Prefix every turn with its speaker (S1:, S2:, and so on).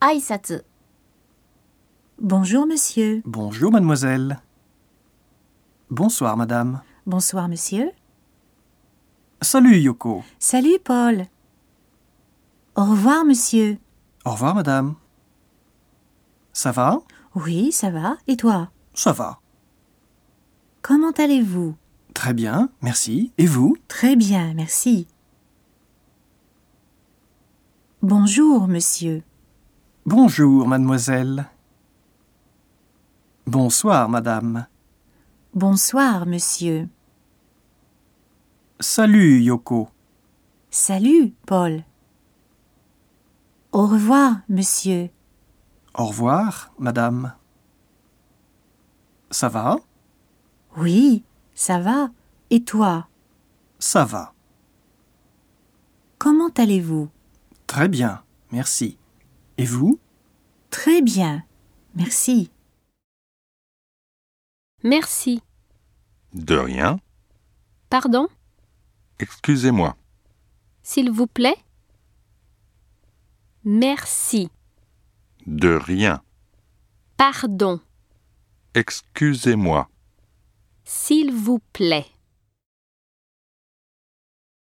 S1: 挨拶
S2: Bonjour monsieur.
S3: Bonjour, mademoiselle. Bonsoir, madame.
S2: Bonsoir monsieur.
S3: Salut, Yoko.
S2: Salut Paul. Au revoir monsieur.
S3: Au revoir, madame. Ça va
S2: Oui, ça va. Et toi
S3: Ça va.
S2: Comment allez-vous
S3: Très bien, merci. Et vous
S2: Très bien, merci. Bonjour monsieur.
S3: Bonjour, mademoiselle. Bonsoir, madame.
S2: Bonsoir monsieur.
S3: Salut, Yoko.
S2: Salut Paul. Au revoir monsieur.
S3: Au revoir, madame. Ça va
S2: Oui, ça va. Et toi
S3: Ça va.
S2: Comment allez-vous
S3: Très bien, merci. Et vous
S2: Très bien. Merci.
S1: Merci.
S4: De rien,
S1: Pardon
S4: excusez-moi.
S1: S'il vous plaît Merci.
S4: De rien,
S1: Pardon.
S4: excusez-moi.
S1: S'il vous plaît.